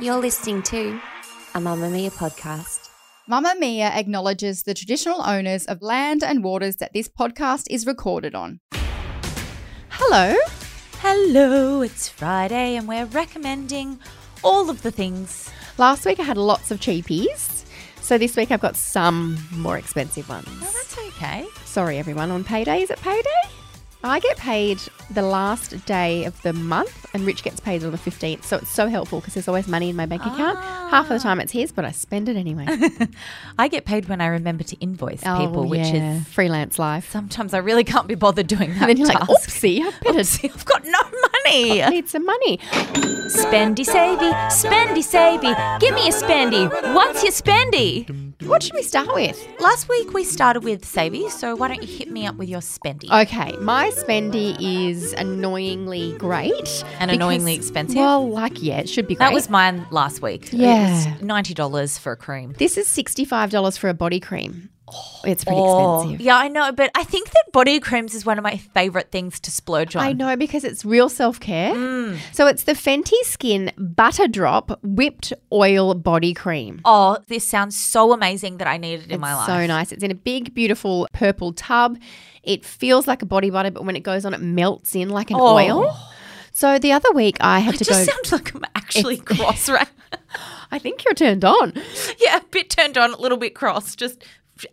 You're listening to a Mamma Mia podcast. Mamma Mia acknowledges the traditional owners of land and waters that this podcast is recorded on. Hello. Hello, it's Friday and we're recommending all of the things. Last week I had lots of cheapies. So this week I've got some more expensive ones. That's okay. Sorry, everyone. On payday, is it payday? I get paid the last day of the month, and Rich gets paid on the 15th. So it's so helpful because there's always money in my bank account. Half of the time it's his, but I spend it anyway. I get paid when I remember to invoice Oh, people, which yeah. is freelance life. sometimes I really can't be bothered doing that. And then you're like, task. oopsie, I better Oopsie, I've got no money. need some money. Spendy savey, spendy savey, give me a spendy. What's your spendy? What should we start with? Last week we started with savey, so why don't you hit me up with your spendy? Okay, my spendy is annoyingly great And because- annoyingly expensive? Well, like yeah, it should be great. that was mine last week. Yeah. It was $90 for a cream. this is sixty five dollars for a body cream. it's pretty Oh, expensive. Yeah, I know, but I think that body creams is one of my favorite things to splurge on. I know because it's real self care. Mm. So it's the Fenty Skin Butter Drop Whipped Oil Body Cream. Oh, this sounds so amazing that I need it in Oh, my life. So nice. It's in a big, beautiful purple tub. It feels like a body butter, but when it goes on, it melts in like an Oh. oil. So the other week I had It to just go. sounds like I'm actually cross, right? I think you're turned on. yeah, a bit turned on, a little bit cross, just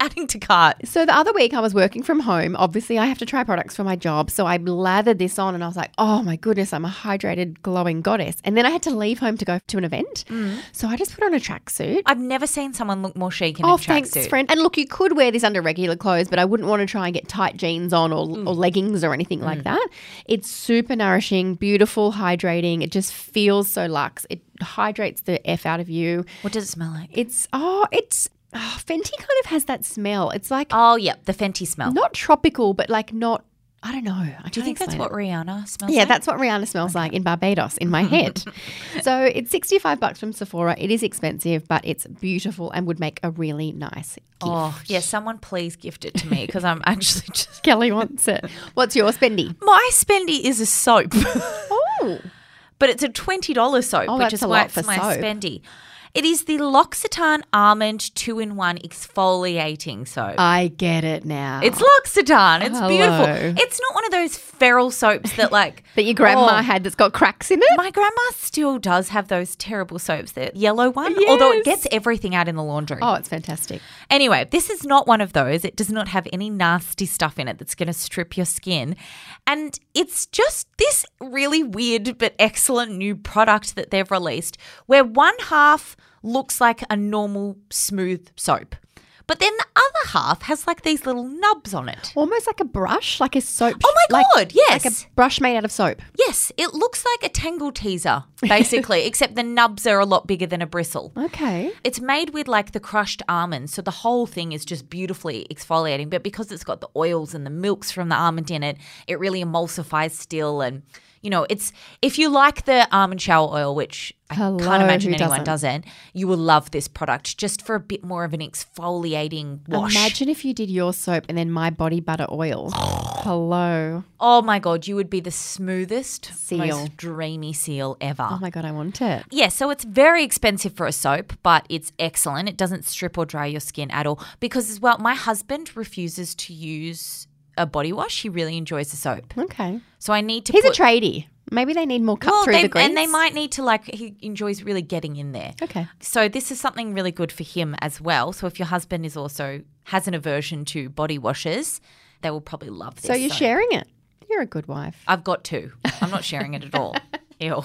adding to cart. So the other week I was working from home. Obviously, I have to try products for my job. So I lathered this on and I was like, oh my goodness, I'm a hydrated, glowing goddess. And then I had to leave home to go to an event. Mm. So I just put on a tracksuit. I've never seen someone look more chic in Oh, a thanks, tracksuit. friend. And look, you could wear this under regular clothes, but I wouldn't want to try and get tight jeans on or, Mm. or leggings or anything like that. It's super nourishing, beautiful, hydrating. It just feels so luxe. It hydrates the F out of you. What does it smell like? It's, oh, it's, oh, Fenty kind of has that smell. It's like, Oh, yep, the Fenty smell. not tropical, but like not. I don't know. I Do you think that's what Rihanna smells Yeah, like? that's what Rihanna smells like in Barbados in my head. so it's sixty-five bucks from Sephora. It is expensive, but it's beautiful and would make a really nice gift. Oh, yeah, someone please gift it to me because I'm actually just. Kelly wants it. What's your spendy? My spendy is a soap. Oh, but it's a twenty dollar soap, Oh, which that's is a why lot it's for my soap. spendy. It is the L'Occitane Almond Two in One Exfoliating Soap. I get it now. it's L'Occitane. It's beautiful. Ah. Hello. It's not one of those feral soaps that like that your grandma Oh. had that's got cracks in it. My grandma still does have those terrible soaps, the yellow one, although it Yes. gets everything out in the laundry. Oh, it's fantastic. Anyway, this is not one of those. It does not have any nasty stuff in it that's going to strip your skin. And it's just this really weird but excellent new product that they've released where one half looks like a normal smooth soap. But then the other half has like these little nubs on it. Almost like a brush, like a soap. Oh my like- God, yes. Like a brush made out of soap. Yes, it looks like a tangle teaser, basically, except the nubs are a lot bigger than a bristle. Okay. It's made with like the crushed almonds, so the whole thing is just beautifully exfoliating. But because it's got the oils and the milks from the almond in it, it really emulsifies still. And you know, it's if you like the almond shower oil, which I Hello, can't imagine who anyone doesn't? doesn't, you will love this product just for a bit more of an exfoliating wash. Imagine if you did your soap and then my body butter oil. Hello. Oh my god, you would be the smoothest, Seal. most dreamy seal ever. Oh my god, I want it. Yeah, so it's very expensive for a soap, but it's excellent. It doesn't strip or dry your skin at all because, as well, my husband refuses to use a body wash. He really enjoys the soap, Okay. so I need to. He's a put, tradie. Maybe they need more cut Well, through they- the grease. and they might need to like. He enjoys really getting in there. Okay. So this is something really good for him as well. So if your husband is also has an aversion to body washes, they will probably love this. So you're soap. sharing it. You're a good wife. I've got two. I'm not sharing it at all. Ew.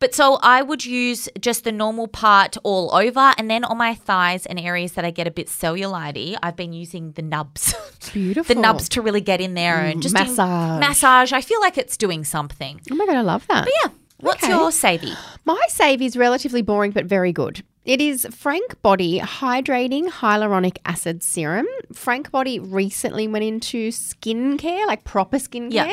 But so I would use just the normal part all over, and then on my thighs and areas that I get a bit cellulite, I've been using the nubs. Beautiful. the nubs to really get in there and just in- Mm, massage. massage. I feel like it's doing something. Oh my god, I love that. Yeah, What's Okay. your savey? My save is relatively boring but very good. It is Frank Body Hydrating Hyaluronic Acid Serum. Frank Body recently went into skincare, like proper skincare. Yeah.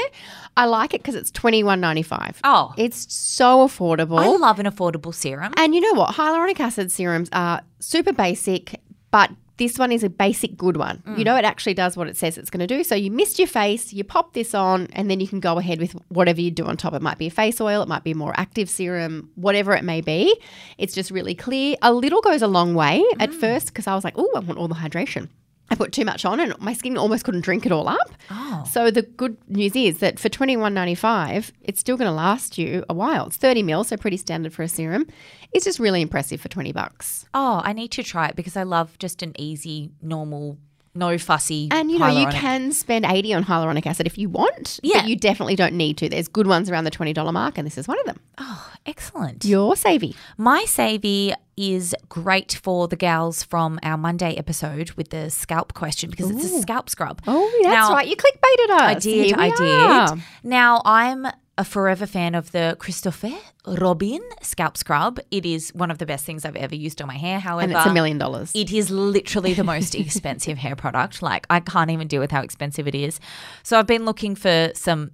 I like it because it's twenty one ninety five. Oh. it's so affordable. I love an affordable serum. And you know what? Hyaluronic acid serums are super basic, but this one is a basic good one. You know, it actually does what it says it's going to do. So you mist your face, you pop this on, and then you can go ahead with whatever you do on top. It might be a face oil, it might be a more active serum, whatever it may be. It's just really clear. A little goes a long way at first because I was like, oh, I want all the hydration. I put too much on and my skin almost couldn't drink it all up. Oh. So the good news is that for twenty one ninety five, it's still going to last you a while. It's thirty mil, so pretty standard for a serum. It's just really impressive for twenty bucks. Oh, I need to try it because I love just an easy, normal, no fussy. And you know you hyaluronic. can spend eighty on hyaluronic acid if you want. Yeah. but you definitely don't need to. There's good ones around the twenty dollar mark, and this is one of them. Oh, Excellent. Your savvy. My savey is great for the gals from our Monday episode with the scalp question because it's a scalp scrub. Oh, that's Now- right. You clickbaited us. I did. Here we I are. did. Now I'm a forever fan of the Christophe Robin scalp scrub. It is one of the best things I've ever used on my hair. However, And it's a million dollars. it is literally the most expensive hair product. Like I can't even deal with how expensive it is. So I've been looking for some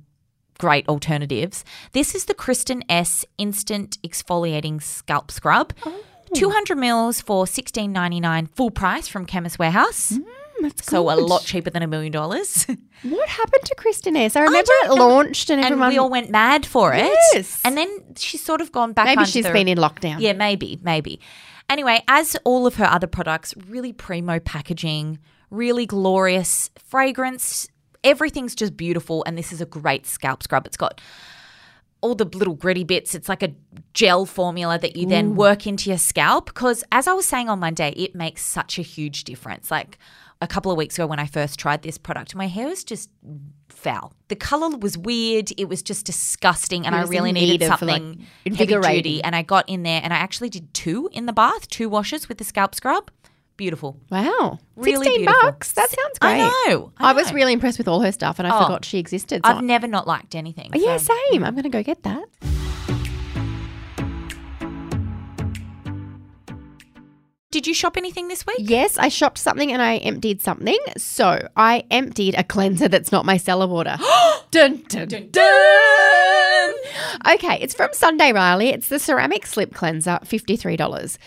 great alternatives. This is the Kristen S Instant Exfoliating Scalp Scrub. 200 mils for 16.99 full price from Chemist Warehouse. That's so a good. lot cheaper than a million dollars. What happened to Kristen S? I remember it know. launched and and everyone. we all went mad for it. Yes. And then she's sort of gone back maybe under she's the- been in lockdown. yeah, maybe, maybe. Anyway, as all of her other products, really primo packaging, really glorious fragrance. Everything's just beautiful, and this is a great scalp scrub. It's got all the little gritty bits. It's like a gel formula that you then work into your scalp. Because as I was saying on Monday, it makes such a huge difference. Like a couple of weeks ago when I first tried this product, my hair was just foul. The color was weird. It was just disgusting, and It I was in really need needed of, like, something heavy invigorating. duty and I got in there and I actually did two in the bath, two washes with the scalp scrub. Beautiful. Wow. Really 16 beautiful. bucks. That sounds great. I know, I I, was know. really impressed with all her stuff and I Oh. forgot she existed. So I've never not liked anything. yeah, so- same. I'm going to go get that. Did you shop anything this week? Yes, I shopped something and I emptied something. So I emptied a cleanser that's not my cellar water. dun, dun, dun, dun. Okay, it's from Sunday Riley. It's the ceramic slip cleanser, $53.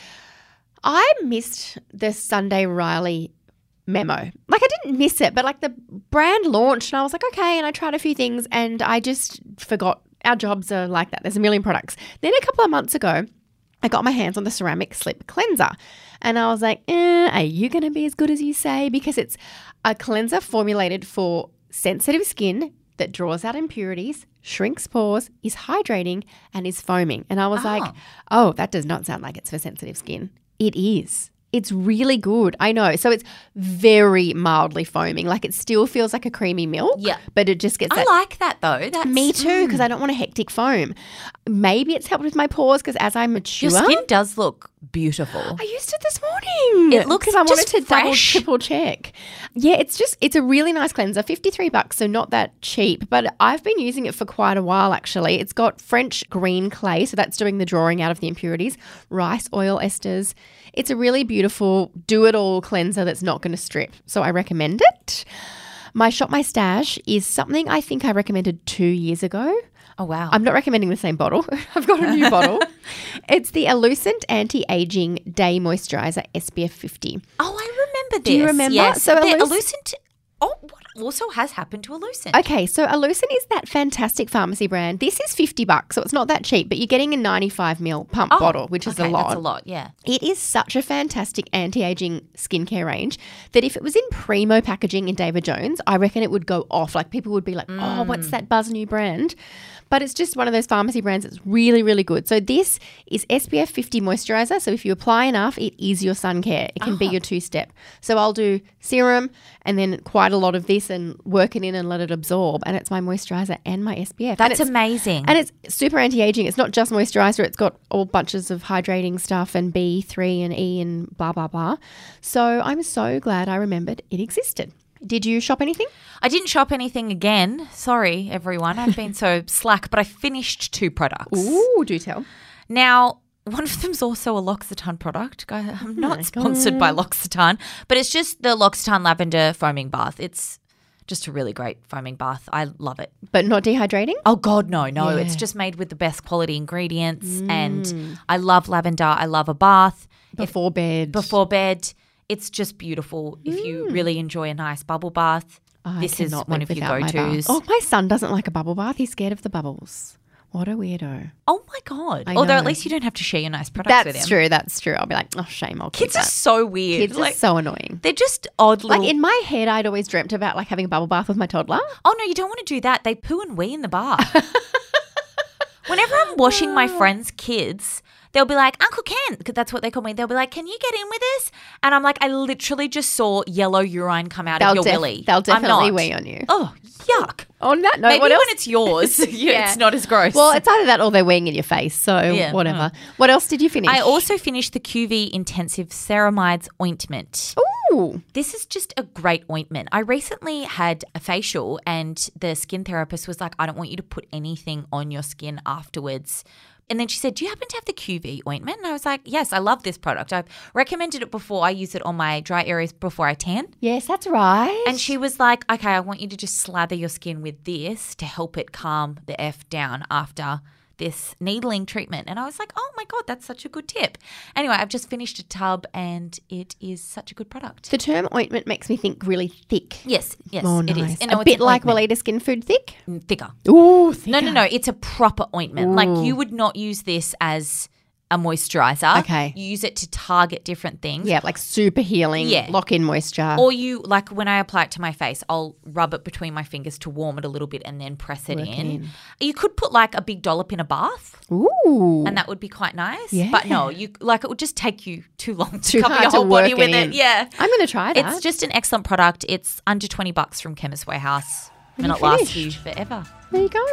I missed the Sunday Riley memo. Like I didn't miss it, but like the brand launched and I was like, okay, and I tried a few things and I just forgot. Our jobs are like that. There's a million products. Then a couple of months ago, I got my hands on the ceramic slip cleanser. And I was like, eh, are you going to be as good as you say? Because it's a cleanser formulated for sensitive skin that draws out impurities, shrinks pores, is hydrating, and is foaming. And I was like, oh, that does not sound like it's for sensitive skin. It is. It's really good. I know. So it's very mildly foaming. Like it still feels like a creamy milk. Yeah. But it just gets I that like that though. That's me too, because I don't want a hectic foam. Maybe it's helped with my pores because as I mature, Your skin does look beautiful. I used it this morning. It looks 'Cause I wanted just to double fresh. triple check. Yeah, it's just it's a really nice cleanser, fifty three bucks, so not that cheap. But I've been using it for quite a while actually. It's got French green clay, so that's doing the drawing out of the impurities, rice oil esters. It's a really beautiful do it all cleanser that's not going to strip. So I recommend it. My shop my stash is something I think I recommended two years ago. Oh wow. I'm not recommending the same bottle. I've got a new bottle. It's the Elucent Anti Aging Day Moisturizer SPF 50. oh, I remember this. Do you remember? Yes. So So Eluc- Elucent. Oh, what also has happened to Elucent? Okay, so Elucent is that fantastic pharmacy brand. This is 50 bucks, so it's not that cheap, but you're getting a 95 ml pump Oh, bottle, which is okay, a lot. That's a lot. Yeah. It is such a fantastic anti aging skincare range that if it was in primo packaging in David Jones, I reckon it would go off. Like people would be like, oh, what's that buzz new brand? But it's just one of those pharmacy brands that's really, really good. So this is SPF 50 moisturizer. So if you apply enough, it is your sun care. It can be your two step. So I'll do serum and then quite a lot of this and work it in and let it absorb. And it's my moisturizer and my SPF. And That's it's- amazing. and it's super anti-aging. It's not just moisturizer. It's got all bunches of hydrating stuff and B three and E and blah blah blah. So I'm so glad I remembered it existed. Did you shop anything? I didn't shop anything again. Sorry, everyone. I've been so slack, but I finished two products. Ooh, do tell. Now, one of them's also a L'Occitane product. Guy- Oh I'm not sponsored by L'Occitane, but it's just the L'Occitane lavender foaming bath. It's just a really great foaming bath. I love it. But not dehydrating? Oh God, no, no. It's just made with the best quality ingredients, Mm. and I love lavender. I love a bath Before bed. before bed. It's just beautiful. If you really enjoy a nice bubble bath, Mm. Oh, I this is cannot one live of your without go my bath. tos. Oh, my son doesn't like a bubble bath. He's scared of the bubbles. What a weirdo. Oh my god! I Although at know. least you don't have to share your nice products with him. That's true. That's true. I'll be like, oh, shame. I'll keep Kids are that. so weird. Kids like are so annoying. they're just odd. Like Little... in my head, I'd always dreamt about like having a bubble bath with my toddler. oh no, you don't want to do that. They poo and wee in the bath. Whenever I'm washing Oh. my friends' kids, they'll be like, "Uncle Ken," because that's what they call me. They'll be like, "Can you get in with us?" And I'm like, "I literally just saw yellow urine come out They'll, of your def- willy. they'll definitely I'm not. wee on you. Oh yuck! On that note, Maybe what when else? it's yours, yeah, it's not as gross. well, it's either that or they're weeing in your face. So Yeah. uh-huh. whatever. What else did you finish? I also finished the QV Intensive Ceramides Ointment. Ooh. This is just a great ointment. I recently had a facial, and the skin therapist was like, I don't want you to put anything on your skin afterwards. And then she said, Do you happen to have the QV ointment? And I was like, Yes, I love this product. I've recommended it before. I use it on my dry areas before I tan. Yes, that's right. And she was like, Okay, I want you to just slather your skin with this to help it calm the F down after this needling treatment. And I was like, Oh my God, that's such a good tip. Anyway, I've just finished a tub, and it is such a good product. the term ointment makes me think really thick. Yes, yes, Oh, it nice. is. And a no, it's bit an like ointment. Walita Skin Food Thick. Mm, thicker. Ooh, thick. No, no, no. It's a proper ointment. Like you would not use this as a moisturizer. Okay. you use it to target different things. Yeah, like super healing, Yeah. lock in moisture. Or you like when I apply it to my face, I'll rub it between my fingers to warm it a little bit and then press it, in. You could put like a big dollop in a bath, Ooh. and that would be quite nice. But no, you like it would just take you too long to Too cover hard your to whole body work with in. it. Yeah, I'm going to try that. it's just an excellent product. It's under twenty bucks from Chemist Warehouse, and you it lasts you finished? forever. there you go.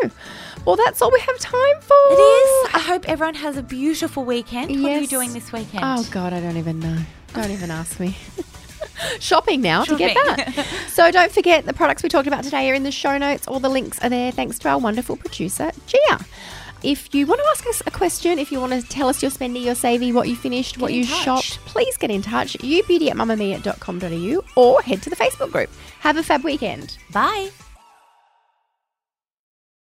Well, that's all we have time for. It is. I hope everyone has a beautiful weekend. What are you Yes. doing this weekend? Oh God, I don't even know. Don't even ask me. Shopping now to Shopping. get that. so don't forget the products we talked about today are in the show notes. All the links are there. Thanks to our wonderful producer Gia. If you want to ask us a question, if you want to tell us your spendy, your savey, what you finished, what in you touch. shopped, please get in touch. Youbeauty at mamamia.com.au or head to the Facebook group. Have a fab weekend. Bye.